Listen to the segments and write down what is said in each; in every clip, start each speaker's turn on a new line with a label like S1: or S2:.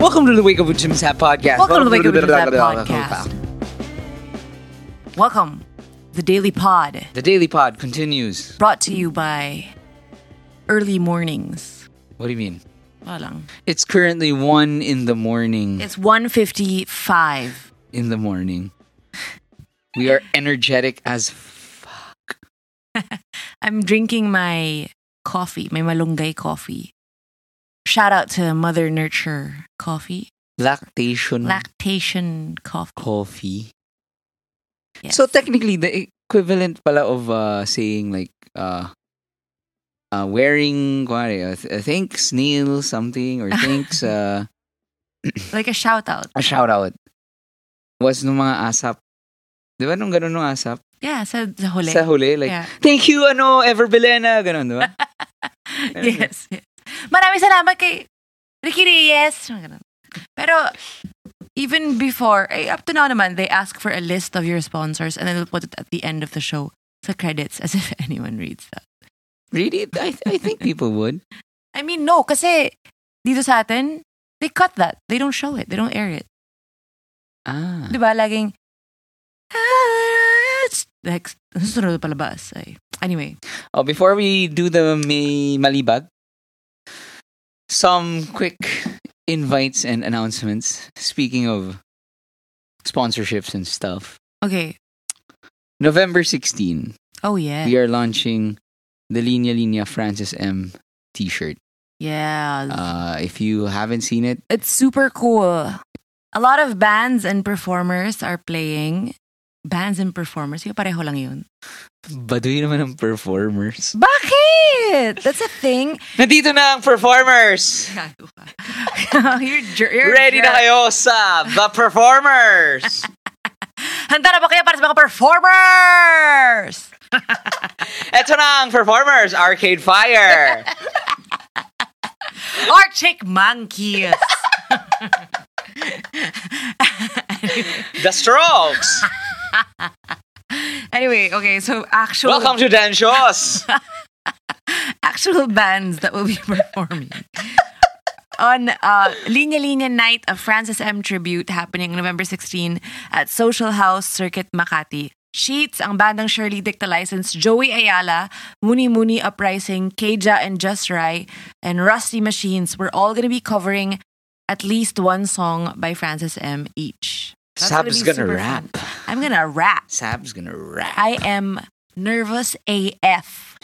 S1: Welcome to the Wake Up with Jim's Hat podcast.
S2: Welcome to the Wake Up with Jim's Hat podcast. Welcome, the Daily Pod,
S1: The Daily Pod continues.
S2: brought to you by Early Mornings.
S1: What do you mean?
S2: Walang.
S1: It's currently one in the morning.
S2: It's 155.
S1: in the morning. We are energetic as fuck.
S2: I'm drinking my coffee, my malunggay coffee. Shout out to Mother Nurture Coffee,
S1: Lactation
S2: lactation coffee.
S1: coffee.
S2: Yes.
S1: So technically, the equivalent pala of uh, saying like uh, uh, wearing kunwari, uh, th- uh, thanks Neil something or thanks uh,
S2: like a shout out.
S1: a shout out was nung mga asap. Di ba nung ganun nung asap?
S2: Yeah, sa, sa huli.
S1: Sa huli, like,
S2: Yeah.
S1: thank you, ano, Ever Belena, ganun, di ba?
S2: yes, yes. Maraming salamat kay Ricky Reyes. Mga ganun. Pero, even before, eh, up to now naman, they ask for a list of your sponsors and then they'll put it at the end of the show sa credits as if anyone reads that.
S1: Really? I, I think people would.
S2: I mean, no, kasi dito sa atin, they cut that. They don't show it. They don't air it.
S1: Ah.
S2: Di ba? Laging, "Ah, it's-" like, susunod na palabas. Ay. Anyway,
S1: Oh, before we do the may malibag, some quick invites and announcements. Speaking of sponsorships and stuff,
S2: okay.
S1: November 16,
S2: Oh, yeah.
S1: we are launching the Linya Linya Francis M T-shirt.
S2: Yeah.
S1: Uh, if you haven't seen it,
S2: It's super cool. A lot of bands and performers are playing. Bands and performers, yung pareho lang yun.
S1: baduy naman ang performers.
S2: Bakit? That's a thing.
S1: Nandito na ang performers.
S2: you're, jer- you're
S1: Ready na
S2: jerk.
S1: kayo sa The Performers!
S2: Handa na ba kayo para sa mga performers?
S1: Ito na ang Performers Arcade Fire!
S2: Arctic Monkeys.
S1: The Strokes!
S2: anyway, okay, so actual
S1: Welcome to Dan Shows!
S2: actual bands that will be performing on uh, Linya Linya Night, a Francis M. tribute happening November 16 at Social House Circuit Makati. Sheets, ang bandang Shirley Dicta License, Joey Ayala, Muni Muni Uprising, Keja and Just Rai, and Rusty Machines. We're all going to be covering at least one song by Francis M. each. That's gonna
S1: Sab's
S2: be
S1: gonna
S2: super
S1: rap.
S2: fun. I'm going to rap.
S1: Sab's gonna rap.
S2: I am nervous AF.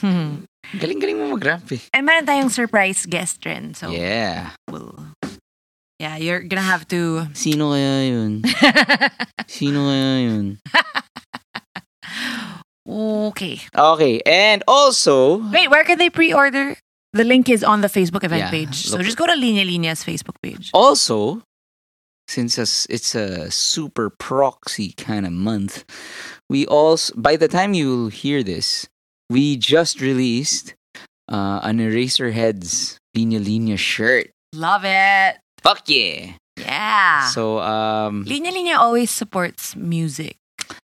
S2: Hmm.
S1: Galing-galing mo mag-rap eh.
S2: And meron tayong surprise guest
S1: Oh.
S2: rin. So,
S1: Yeah.
S2: we'll... Yeah, you're gonna have to...
S1: Sino kaya yun? Sino kaya yun?
S2: okay.
S1: Okay, and also...
S2: Wait, where can they pre-order? The link is on the Facebook event
S1: Yeah,
S2: page. So,
S1: look- Oh.
S2: just go to Linya Linya's Facebook page.
S1: Also, since it's- it's a super proxy kind of month, we also... By the time you'll hear this, we just released uh, an Eraserheads Linya Linya shirt.
S2: Love it!
S1: Fuck yeah!
S2: Yeah!
S1: So, um...
S2: Linya Linya always supports music.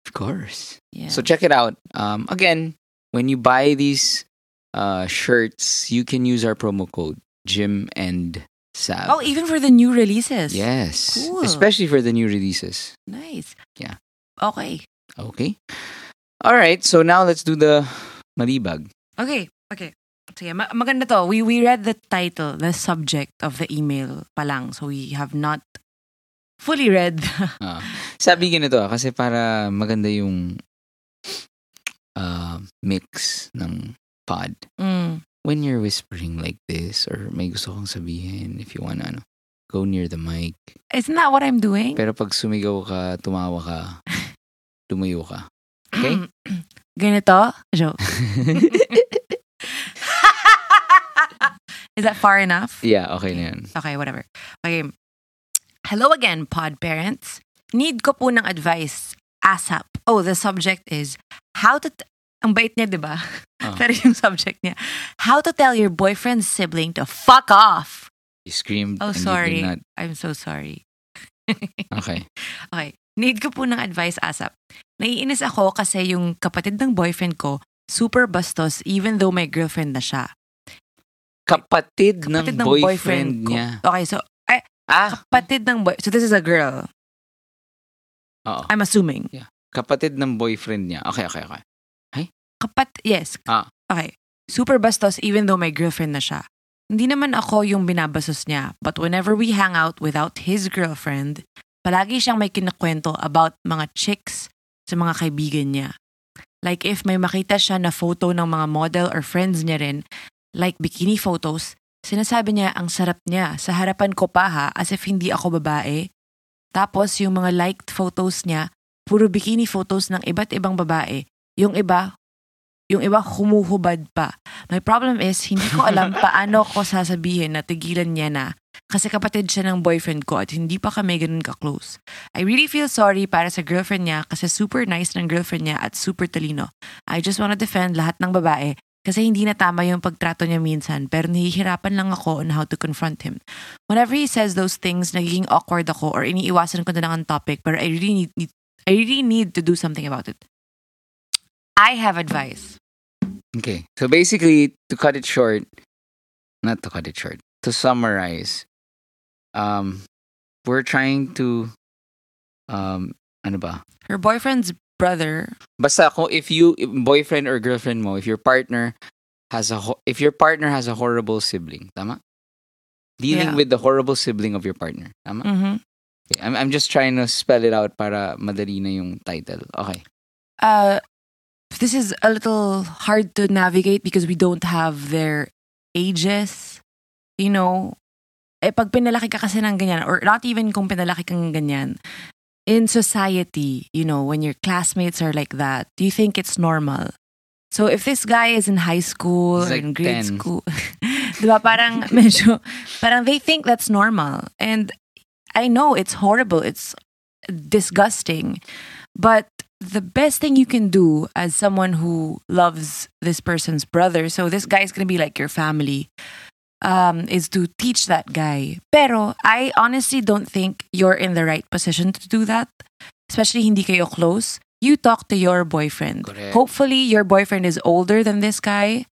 S1: Of course.
S2: Yeah.
S1: So check it out. Um, again, when you buy these uh, shirts, you can use our promo code Jim and Sab.
S2: oh, even for the new releases.
S1: yes,
S2: Cool.
S1: especially for the new releases.
S2: Nice.
S1: Yeah.
S2: Okay.
S1: Okay. All right. So now let's do the malibag.
S2: Okay, okay. Sige, ma- maganda to. We, we read the title, the subject of the email pa lang. So we have not fully read the
S1: Uh, sabi ganito ah, kasi para maganda yung uh, mix ng pod.
S2: Mm.
S1: When you're whispering like this or may gusto kong sabihin, if you wanna ano, go near the mic.
S2: Isn't that what I'm doing?
S1: Pero pag sumigaw ka, tumawa ka, lumayo ka. Okay?
S2: Ganito? Joke. Is that far enough?
S1: yeah, okay na yun.
S2: Okay, whatever. Okay. Hello again, pod parents. Need ko po ng advice. ASAP. Oh, the subject is how to... T- ang bait niya, di ba?
S1: Ah.
S2: Pero yung subject niya. How to tell your boyfriend's sibling to fuck off.
S1: You screamed
S2: Oh,
S1: and
S2: sorry.
S1: you did not.
S2: I'm so sorry.
S1: Okay.
S2: Okay. Need ko po ng advice ASAP. Naiinis ako kasi yung kapatid ng boyfriend ko, super bastos even though may girlfriend na siya.
S1: Kapatid, ng,
S2: Kapatid ng
S1: boyfriend,
S2: boyfriend, ko.
S1: niya.
S2: Okay, so I,
S1: Ah,
S2: Patid ng boy. So this is a girl.
S1: oo.
S2: I'm assuming.
S1: Kapatid ng boyfriend niya. Okay, okay, okay.
S2: Kapat, yes.
S1: Ah.
S2: Okay. Super bastos even though my girlfriend na siya. Hindi naman ako yung binabastos niya, but whenever we hang out without his girlfriend, palagi siyang may kinakwento about mga chicks sa mga kaibigan niya. Like if may makita siya na photo ng mga model or friends niya rin, like bikini photos, sinasabi niya ang sarap niya sa harapan ko pa ha as if hindi ako babae. Tapos yung mga liked photos niya, puro bikini photos ng iba't ibang babae. Yung iba, yung iba humuhubad pa. My problem is, hindi ko alam paano ko sasabihin na tigilan niya na kasi kapatid siya ng boyfriend ko at hindi pa kami ganun ka-close. I really feel sorry para sa girlfriend niya kasi super nice ng girlfriend niya at super talino. I just wanna defend lahat ng babae kasi hindi na tama yung pagtrato niya minsan pero nahihirapan lang ako on how to confront him. Whenever he says those things, nagiging awkward ako or iniiwasan ko na lang ang topic pero I really need, need- I really need to do something about it. I have advice.
S1: Okay. So basically, to cut it short, not to cut it short, to summarize, um, we're trying to, um, ano ba?
S2: Her boyfriend's brother.
S1: Basta kung if you, if boyfriend or girlfriend mo, if your partner has a, ho- if your partner has a horrible sibling, tama? Dealing
S2: Yeah. Mm.
S1: with the horrible sibling of your partner, tama? Okay, I'm, I'm just trying to spell it out para madali na yung title. Okay.
S2: Uh, this is a little hard to navigate because we don't have their ages. You know, eh, pag pinalaki ka kasi ng ganyan, or not even kung pinalaki kang ganyan, in society, you know, when your classmates are like that, do you think it's normal? So if this guy is in high school
S1: He's
S2: or
S1: like
S2: in
S1: 10.
S2: grade school, di ba parang medyo, parang they think that's normal. And I know it's horrible, it's disgusting, but the best thing you can do as someone who loves this person's brother, so this guy's gonna be like your family, um, is to teach that guy. Pero I honestly don't think you're in the right position to do that. Especially hindi kayo close. You talk to your boyfriend.
S1: Correct.
S2: Hopefully your boyfriend is older than this guy.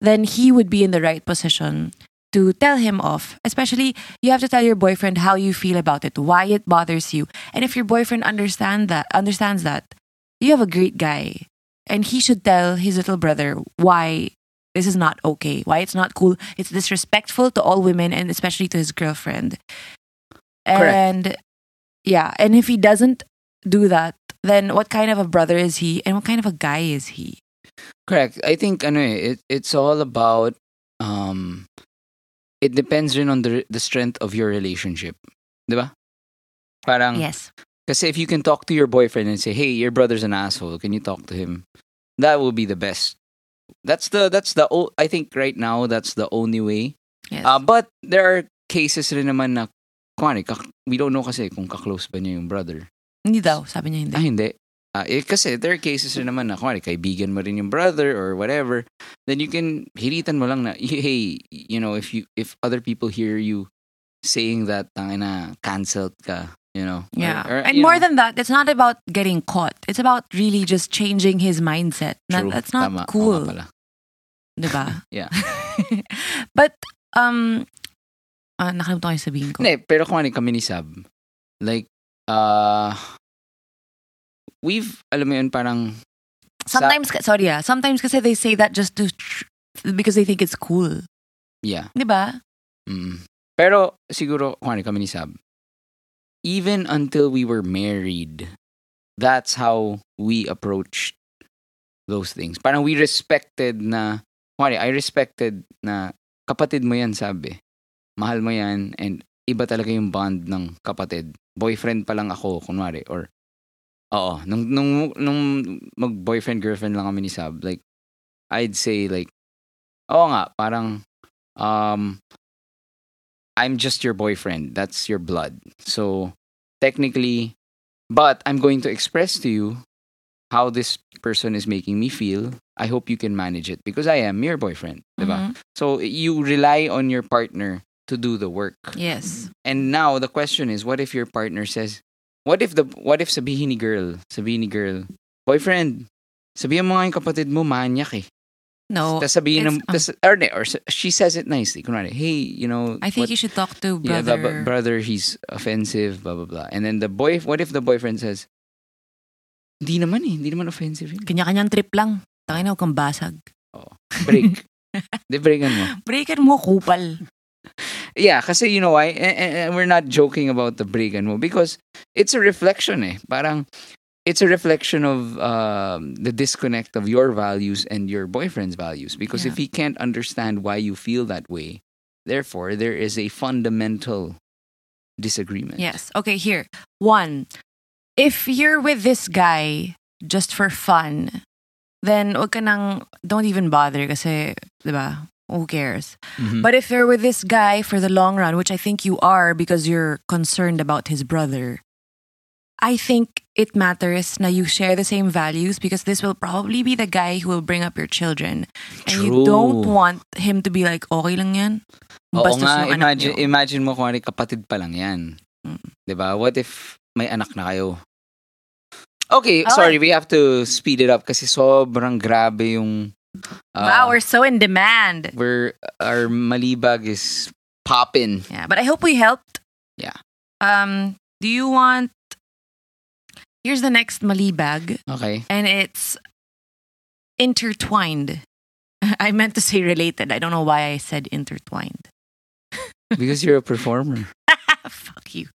S2: Then he would be in the right position to tell him off. Especially you have to tell your boyfriend how you feel about it, why it bothers you. And if your boyfriend understand that understands that, you have a great guy. And he should tell his little brother why this is not okay, why it's not cool. It's disrespectful to all women and especially to his girlfriend.
S1: Correct.
S2: And yeah, and if he doesn't do that, then what kind of a brother is he and what kind of a guy is he?
S1: Correct. I think ano eh, it, it's all about um it depends rin on the the strength of your relationship. 'Di ba? Parang
S2: Yes.
S1: kasi if you can talk to your boyfriend and say, "Hey, your brother's an asshole. Can you talk to him?" That will be the best. That's the that's the o- I think right now that's the only way.
S2: Yes.
S1: Uh, but there are cases rin naman na kuwari, kak- we don't know kasi kung ka-close ba niya yung brother.
S2: hindi daw, sabi niya hindi.
S1: Ah, hindi. Ah, eh, kasi there are cases rin naman na, kumari, kaibigan mo rin yung brother or whatever, then you can, hiritan mo lang na, hey, you know, if you if other people hear you saying that, tangin na, canceled ka, you know. or-
S2: yeah.
S1: or,
S2: and
S1: you
S2: more
S1: know,
S2: than that, it's not about getting caught. It's about really just changing his mindset. Na-
S1: true,
S2: that's not
S1: tama, oo nga
S2: cool.
S1: pala.
S2: Diba?
S1: Yeah.
S2: but, um, uh, nakalimutan ko yung sabihin ko.
S1: Hindi, pero kung ano kami ni Sab, like, uh, we've, alam mo yun, parang, sa-
S2: Sometimes, ka- sorry ah, sometimes kasi they say that just to, because they think it's cool.
S1: yeah,
S2: Diba?
S1: Mm. Pero siguro, kuwari kami ni Sab, even until we were married, that's how we approached those things. Parang we respected na, kuwari, I respected na kapatid mo yan, sabi. Mahal mo yan, and iba talaga yung bond ng kapatid. Boyfriend pa lang ako, kunwari, or, oo, nung, nung, nung mag-boyfriend, girlfriend lang kami ni Sab, like, I'd say, like, oo nga, parang, um, I'm just your boyfriend. That's your blood. So technically, but I'm going to express to you how this person is making me feel. I hope you can manage it because I am your boyfriend. diba?
S2: Mhm.
S1: So you rely on your partner to do the work.
S2: Yes.
S1: And now the question is, what if your partner says, what if the what if sabihin ni girl, sabihin ni girl, boyfriend, sabihin mo nga yung kapatid mo, manyak eh.
S2: No.
S1: Tas sabihin ng,
S2: Oh, it's-
S1: tas,
S2: um,
S1: or, ne- or s- she says it nicely. Kunwari, hey, you know,
S2: I think
S1: what-
S2: you should talk to
S1: yeah,
S2: brother.
S1: blah, blah, brother, he's offensive, blah, blah, blah. And then the boy, what if the boyfriend says, hindi naman eh, hindi naman offensive yun.
S2: Kanya-kanyang trip lang. Tangin na, huwag kang basag.
S1: Break. Di breakan mo.
S2: Breaker mo, kupal.
S1: Yeah, kasi you know why? And, we're not joking about the breakan mo because it's a reflection eh. Parang, it's a reflection of um, the disconnect of your values and your boyfriend's values. Because
S2: Yeah.
S1: if he can't understand why you feel that way, therefore, there is a fundamental disagreement.
S2: Yes. Okay, here. One. If you're with this guy just for fun, then huwag ka nang, don't even bother kasi, di ba? Who cares?
S1: Mhm.
S2: But if you're with this guy for the long run, which I think you are because you're concerned about his brother, I think it matters na you share the same values because this will probably be the guy who will bring up your children. And you
S1: True.
S2: don't want him to be like, okay lang yan.
S1: Oo
S2: Bastos
S1: nga,
S2: yung anak
S1: imagine,
S2: niyo."
S1: imagine mo kung kapatid pa lang yan.
S2: Mm.
S1: 'Di ba? What if may anak na kayo? Okay,
S2: Okay.
S1: sorry, we have to speed it up kasi sobrang grabe yung... uh,
S2: wow, we're so in demand.
S1: we're- our malibag is popping.
S2: Yeah, but I hope we helped.
S1: Yeah.
S2: Um, do you want? Here's the next malibag,
S1: Okay.
S2: and it's intertwined. I meant to say related. I don't know why I said intertwined.
S1: Because you're a performer.
S2: Fuck you.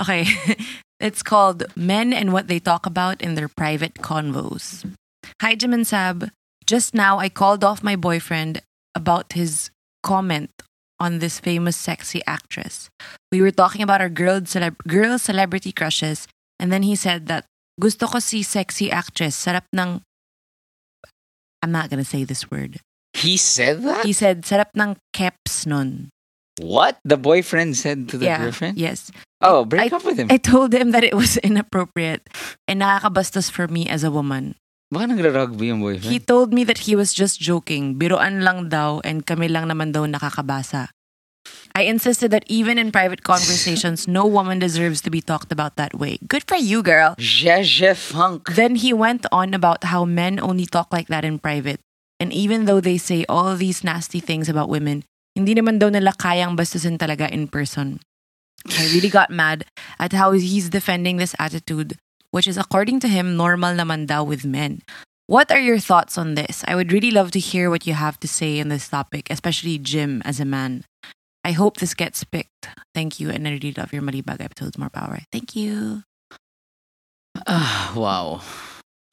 S2: Okay. it's called Men and What They Talk About in Their Private Convos. Hi, Jim and Sab. Just now, I called off my boyfriend about his comment on this famous sexy actress. We were talking about our girl, celeb- girl celebrity crushes, and then he said that, Gusto ko si sexy actress, sarap ng. I'm not gonna say this word.
S1: He said that?
S2: He said, sarap ng keps nun.
S1: What? The boyfriend said to the
S2: yeah.
S1: girlfriend?
S2: Yes.
S1: Oh, break
S2: I-
S1: up with him.
S2: I told him that it was inappropriate and nakakabastos for me as a woman.
S1: Baka nagra-rugby yung
S2: He
S1: boyfriend.
S2: told me that he was just joking, biruan lang daw and kami lang naman daw nakakabasa. I insisted that even in private conversations, no woman deserves to be talked about that way. Good for you, girl.
S1: Jeje Funk.
S2: Then he went on about how men only talk like that in private. And even though they say all these nasty things about women, hindi naman daw nila kayang bastusin talaga in person. I really got mad at how he's defending this attitude, which is according to him normal naman daw with men. What are your thoughts on this? I would really love to hear what you have to say on this topic, especially Jim as a man. I hope this gets picked. Thank you, and I really love your Malibag episodes. More power. Thank you.
S1: Ah, wow.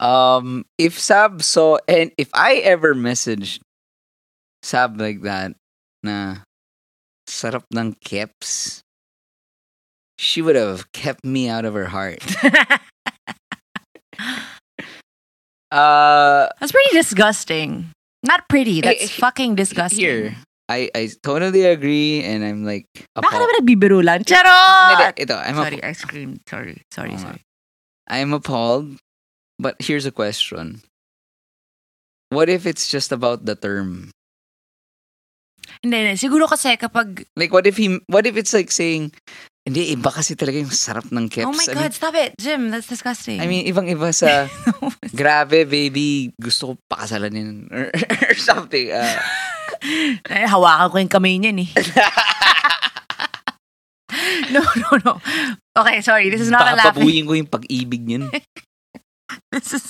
S1: Um, if Sab saw and if I ever messaged Sab like that, na sarap ng keps, she would have kept me out of her heart. Uh,
S2: That's pretty disgusting. Not pretty. That's
S1: Eh, eh,
S2: fucking disgusting.
S1: here I I totally agree, and I'm like,
S2: Baka
S1: apo-
S2: naman nagbibirulan? Charot!
S1: Hindi, ito, I'm
S2: Sorry,
S1: sorry.
S2: I screamed. Sorry, sorry,
S1: Oo nga.
S2: sorry.
S1: I'm appalled. But here's a question: What if it's just about the term?
S2: Hindi, hindi. Siguro kasi kapag...
S1: Like, what if he? What if it's like saying, hindi iba kasi talaga yung sarap ng keps.
S2: oh my God, stop it. Jim, that's disgusting.
S1: I mean, I mean ibang iba sa grabe baby, gusto ko pakasalan yun or, or something. Uh,
S2: Eh, hawakan ko yung kamay niyan eh. No, no, no. Okay, sorry. This is not a laughing...
S1: papabuyin ko yung pag-ibig niyan.
S2: This is...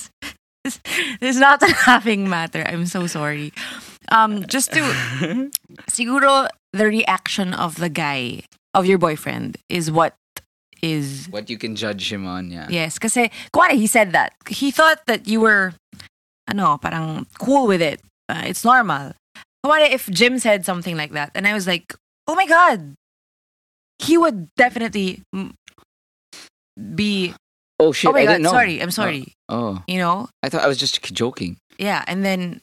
S2: This, this is not a laughing matter. I'm so sorry. Um, just to siguro the reaction of the guy of your boyfriend is what is
S1: What you can judge him on, yeah.
S2: Yes, kasi kuwari, he said that. He thought that you were ano, parang cool with it. Uh, it's normal. Kuwari, if Jim said something like that and I was like, "Oh my god." He would definitely mm, be
S1: Oh shit,
S2: Oh my
S1: I
S2: god,
S1: didn't know.
S2: sorry. I'm sorry.
S1: Oh,
S2: You know?
S1: I thought I was just joking.
S2: Yeah, and then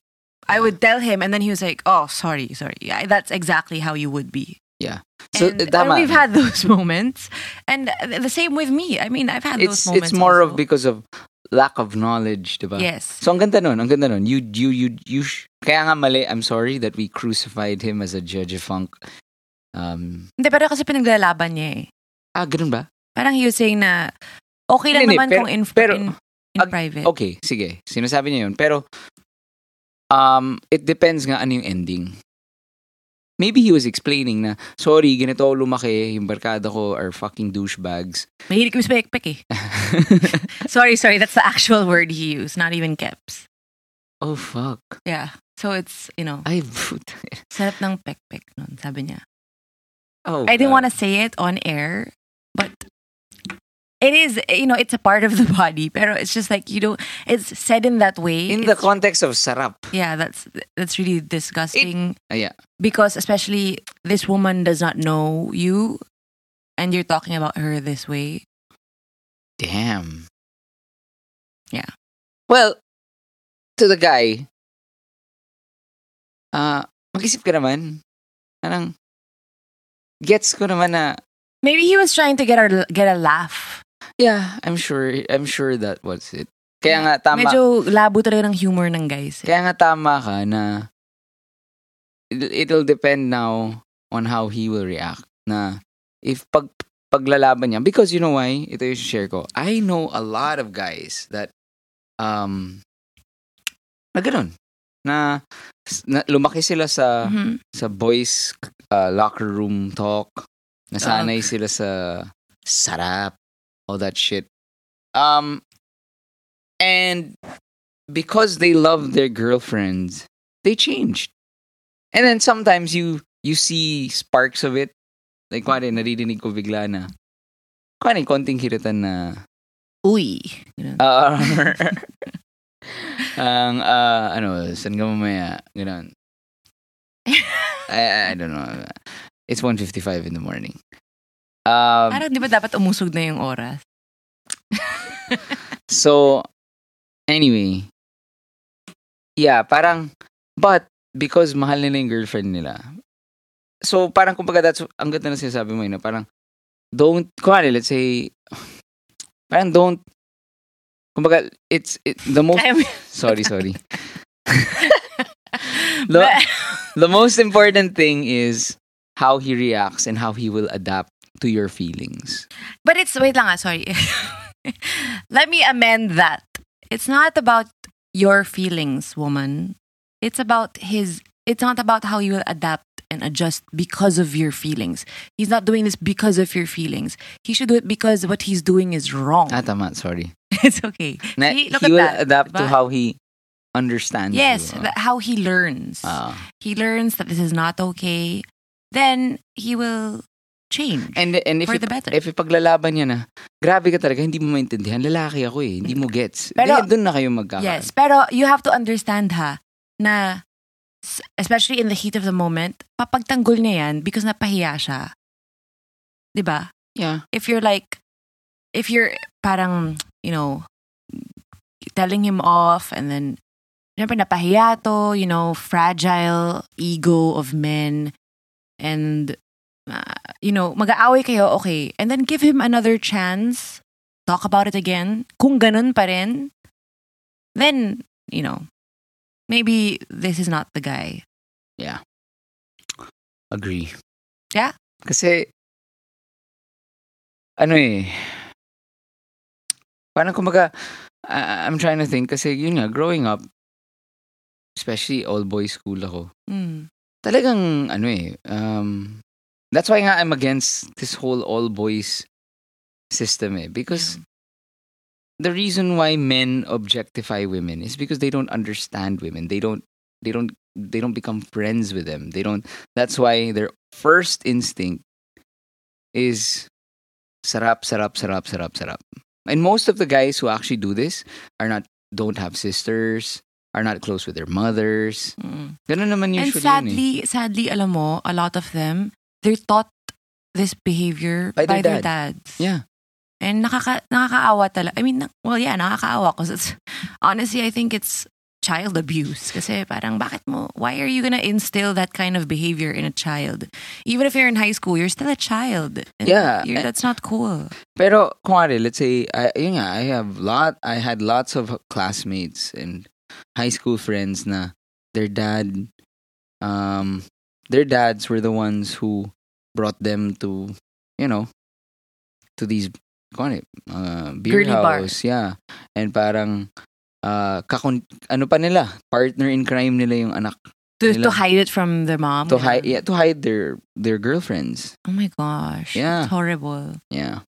S2: I would tell him and then he was like, "Oh, sorry, sorry." Yeah, that's exactly how you would be.
S1: So uh,
S2: and, and
S1: tama.
S2: we've had those moments, and the same with me. I mean, I've had
S1: it's
S2: those moments.
S1: it's more of uh,
S2: also.
S1: because of lack of knowledge, diba?
S2: yes,
S1: So ang ganda nun, ang ganda nun. You, you, you, you, sh- kaya nga mali, I'm sorry that we crucified him as a judge of funk. Um,
S2: hindi pero kasi pinaglalaban niya eh.
S1: ah, ganun ba?
S2: Parang he was saying na okay lang
S1: Hindi,
S2: naman
S1: pero-
S2: kung in,
S1: pero-
S2: in, in
S1: ag-
S2: private.
S1: Okay, sige. Sinasabi niya yun. Pero, um, it depends nga ano yung ending. Maybe he was explaining na, sorry, ganito ako lumaki, yung barkada ko are fucking douchebags.
S2: Mahilig kami sa pekpek eh. Sorry, sorry. That's the actual word he used, not even keps.
S1: oh, fuck.
S2: Yeah. So it's, you know,
S1: Ay, puta.
S2: sarap ng pekpek nun, sabi niya.
S1: Oh,
S2: I didn't want to say it on air, but it is, you know, it's a part of the body. Pero it's just like, you don't, it's said in that way.
S1: In the
S2: It's-
S1: context of sarap.
S2: yeah, that's that's really disgusting.
S1: Ah, yeah.
S2: because especially this woman does not know you and you're talking about her this way.
S1: Damn.
S2: Yeah.
S1: Well, to the guy, ah, mag-isip ka naman. Anong, gets ko naman na,
S2: Maybe he was trying to get our get a laugh.
S1: yeah, I'm sure, I'm sure that was it. Kaya nga, tama.
S2: Medyo labo talaga ng humor ng guys.
S1: Kaya nga tama ka na it'll- it'll depend now on how he will react na if pag paglalaban niya because you know why ito yung share ko I know a lot of guys that um na ganun na, na lumaki sila sa
S2: Mhm.
S1: sa boys uh, locker room talk. Nasanay sila sa sarap, all that shit. Um, and because they love their girlfriends, they changed. And then sometimes you you see sparks of it. Like, kwari, naririnig ko bigla na, kwari, konting hiratan na,
S2: Uy. Ganun.
S1: Ah, ang ah, ano, saan ka mamaya? Ganun. I, I don't know. It's 1.55 in the morning. Um,
S2: Parang di ba dapat umusog na yung oras?
S1: so, anyway. Yeah, parang, but, because mahal nila yung girlfriend nila. So, parang kumbaga, that's, ang ganda na sinasabi mo yun, na parang, don't, kumari, let's say, parang don't, kumbaga, it's, it, the most,
S2: I'm-
S1: sorry, sorry. Lo- the most important thing is how he reacts and how he will adapt to your feelings.
S2: But it's wait lang ah, sorry. Let me amend that. It's not about your feelings, woman. It's about his it's not about how you will adapt and adjust because of your feelings. He's not doing this because of your feelings. He should do it because what he's doing is wrong.
S1: Ah, tama, sorry.
S2: it's okay.
S1: Na,
S2: See,
S1: he
S2: look at
S1: will
S2: that,
S1: adapt to
S2: diba?
S1: how he understands.
S2: Yes,
S1: you.
S2: that- how he learns.
S1: Ah.
S2: he learns that this is not okay. Then he will change.
S1: and and if
S2: For
S1: ip-
S2: the better.
S1: if ipaglalaban niya na, grabe ka talaga, hindi mo maintindihan, lalaki ako eh, hindi mo gets.
S2: Hmm. Pero-
S1: Pero, doon na kayo magkaka.
S2: Yes, pero you have to understand ha, na s- especially in the heat of the moment, papagtanggol niya yan because napahiya siya. 'Di ba?
S1: Yeah.
S2: If you're like, if you're parang, you know, telling him off and then, syempre napahiya to, you know, fragile ego of men and, uh, you know, mag-aaway kayo, okay. And then give him another chance. Talk about it again. Kung ganun pa rin, then, you know, maybe this is not the guy.
S1: Agree.
S2: Yeah?
S1: Kasi, ano eh, parang kumbaga, I- I'm trying to think, kasi yun nga, growing up, especially all boys school ako,
S2: Mm.
S1: talagang, ano eh, um, that's why nga I'm against this whole all boys system eh, because the reason why men objectify women is because they don't understand women. They don't they don't they don't become friends with them. They don't that's why their first instinct is sarap sarap sarap sarap sarap. And most of the guys who actually do this are not don't have sisters, are not close with their mothers.
S2: Mm.
S1: Ganun naman
S2: And
S1: usually yun eh.
S2: sadly, sadly, alam mo, a lot of them, they're taught this behavior by, their, dads.
S1: Yeah.
S2: And nakaka, nakakaawa talaga. I mean, na- well, yeah, nakakaawa. Cause it's, honestly, I think it's child abuse. Kasi parang, bakit mo, why are you gonna instill that kind of behavior in a child? Even if you're in high school, you're still a child. And
S1: Yeah. Eh.
S2: you're- that's not cool.
S1: Pero kumare, let's say I yun nga, I have lot I had lots of classmates and high school friends na their dad um their dads were the ones who brought them to you know to these kumare, uh beer
S2: Girly
S1: house,
S2: bars.
S1: yeah. And parang uh, kakon- ano pa nila, partner in crime nila yung anak.
S2: To,
S1: Nila.
S2: to hide it from their mom.
S1: To hide, yeah, to hide their their girlfriends.
S2: Oh my gosh.
S1: Yeah.
S2: It's horrible.
S1: Yeah.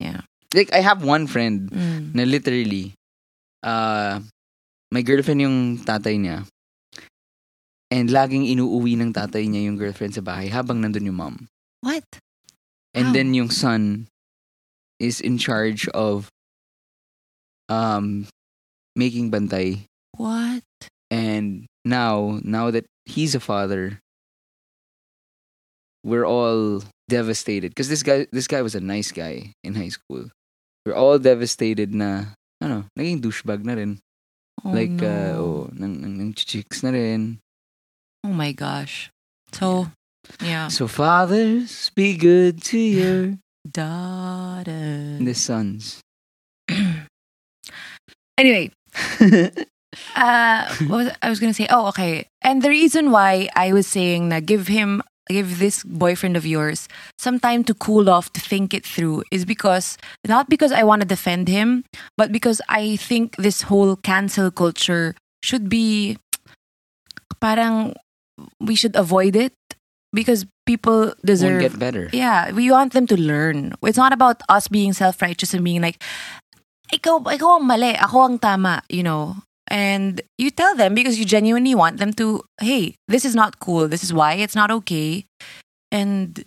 S2: Yeah.
S1: Like, I have one friend
S2: Mm.
S1: na literally, uh, may girlfriend yung tatay niya. And laging inuuwi ng tatay niya yung girlfriend sa bahay habang nandun yung mom.
S2: What?
S1: And
S2: Wow.
S1: then yung son is in charge of um making bantay.
S2: What?
S1: And now, now that he's a father, we're all devastated because this guy this guy was a nice guy in high school. We're all devastated na ano, naging douchebag na rin.
S2: Oh,
S1: like
S2: no.
S1: uh oh, nang nang, nang chicks na rin.
S2: Oh my gosh. So, yeah.
S1: So fathers be good to your
S2: Daughter.
S1: and the sons.
S2: Anyway, uh, what was I was gonna say? Oh, okay. And the reason why I was saying that give him, give this boyfriend of yours some time to cool off, to think it through, is because not because I want to defend him, but because I think this whole cancel culture should be, parang we should avoid it because people
S1: Won't
S2: deserve
S1: get better.
S2: yeah, we want them to learn. It's not about us being self-righteous and being like, ikaw, ikaw ang mali, ako ang tama, you know. And you tell them because you genuinely want them to, hey, this is not cool. This is why it's not okay. And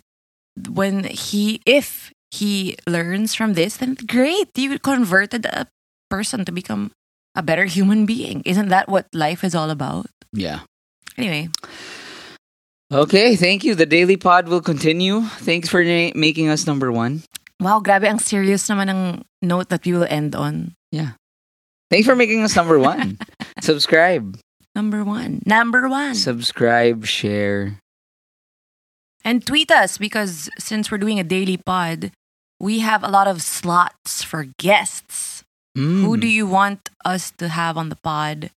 S2: when he, if he learns from this, then great. You converted a person to become a better human being. Isn't that what life is all about?
S1: Yeah.
S2: Anyway,
S1: Okay, thank you. The Daily Pod will continue. Thanks for na- making us number one.
S2: wow, grabe ang serious naman ng note that we will end on.
S1: Thanks for making us number one. subscribe,
S2: Number one. Number one.
S1: subscribe, share.
S2: and tweet us because since we're doing a daily pod, we have a lot of slots for guests.
S1: Hmm.
S2: Who
S1: Mm-hmm.
S2: do you want us to have on the pod?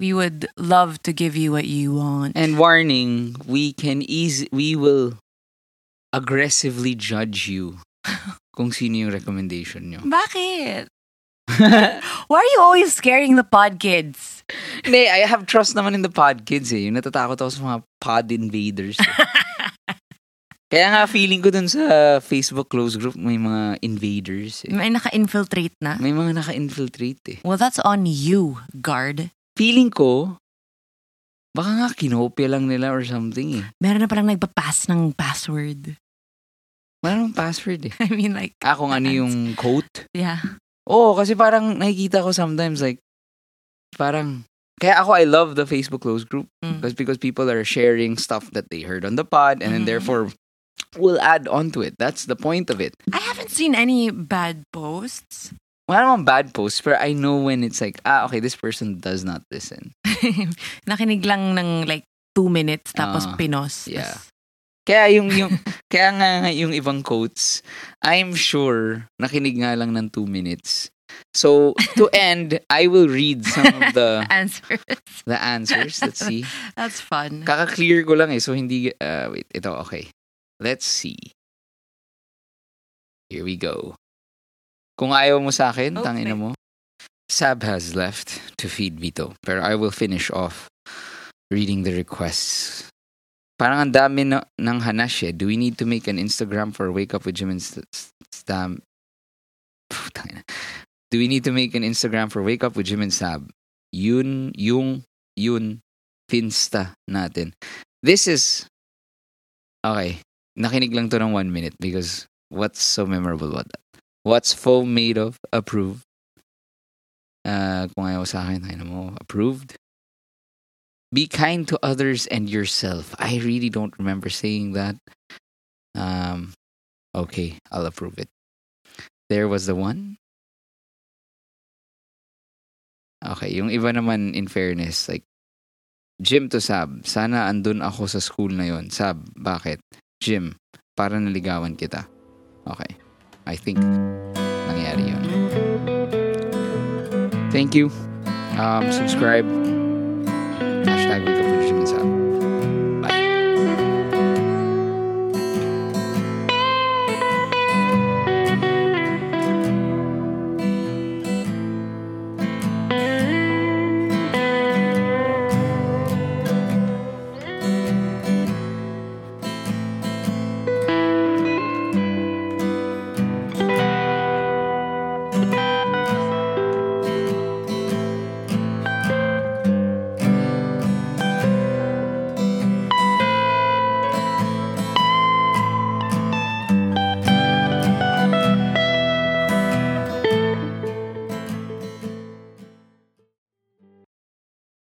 S2: We would love to give you what you want.
S1: And warning: we can easy, we will aggressively judge you. Kung sino yung recommendation nyo.
S2: Bakit? Why are you always scaring the pod kids?
S1: Hindi, I have trust naman in the pod kids eh. Yung natatakot ako sa mga pod invaders. eh. Kaya nga feeling ko dun sa Facebook close group may mga invaders eh.
S2: May naka-infiltrate na?
S1: May mga naka-infiltrate eh.
S2: Well, that's on you, guard.
S1: feeling ko, baka nga kinopya lang nila or something eh.
S2: Meron na palang nagpapas ng password.
S1: Wala namang password eh.
S2: I mean, like,
S1: Ah, kung ano yung quote.
S2: yeah.
S1: Oo, kasi parang nakikita ko sometimes like, parang, kaya ako I love the Facebook close group
S2: Mm.
S1: because because people are sharing stuff that they heard on the pod and then
S2: Mhm.
S1: therefore will add on to it. That's the point of it.
S2: I haven't seen any bad posts.
S1: Wala namang bad posts pero I know when it's like, ah, okay, this person does not listen.
S2: Nakinig lang ng like two minutes tapos
S1: Ah,
S2: pinos.
S1: yeah.
S2: Tas-
S1: Kaya yung, yung kaya nga nga yung ibang quotes, I'm sure nakinig nga lang ng two minutes. So, to end, I will read some of the
S2: Answer.
S1: the answers. Let's see.
S2: That's fun.
S1: Kaka-clear ko lang eh. So, hindi... Uh, wait, ito, okay. Let's see. Here we go. Kung ayaw mo sa akin,
S2: Oh,
S1: tangina mo.
S2: may-
S1: Sab has left to feed Vito. Pero I will finish off reading the requests. Parang ang dami na, ng hanash eh. Do we need to make an Instagram for Wake Up with Jim and St- St- Stam? Pff, tangina. Do we need to make an Instagram for Wake Up with Jim and Sab? Yun, yung, yun, Finsta natin. This is Okay. Nakinig lang to ng one minute because what's so memorable about that? What's foam made of? Approved. Uh, kung ayaw sa akin, ayun mo, approved. Be kind to others and yourself. I really don't remember saying that. Um, okay, I'll approve it. There was the one. Okay, yung iba naman, in fairness, like, Jim to Sab, sana andun ako sa school na yon. Sab, bakit? Jim, para naligawan kita. Okay. I think nangyari yun. Thank you. Um, subscribe. Hashtag Wake Up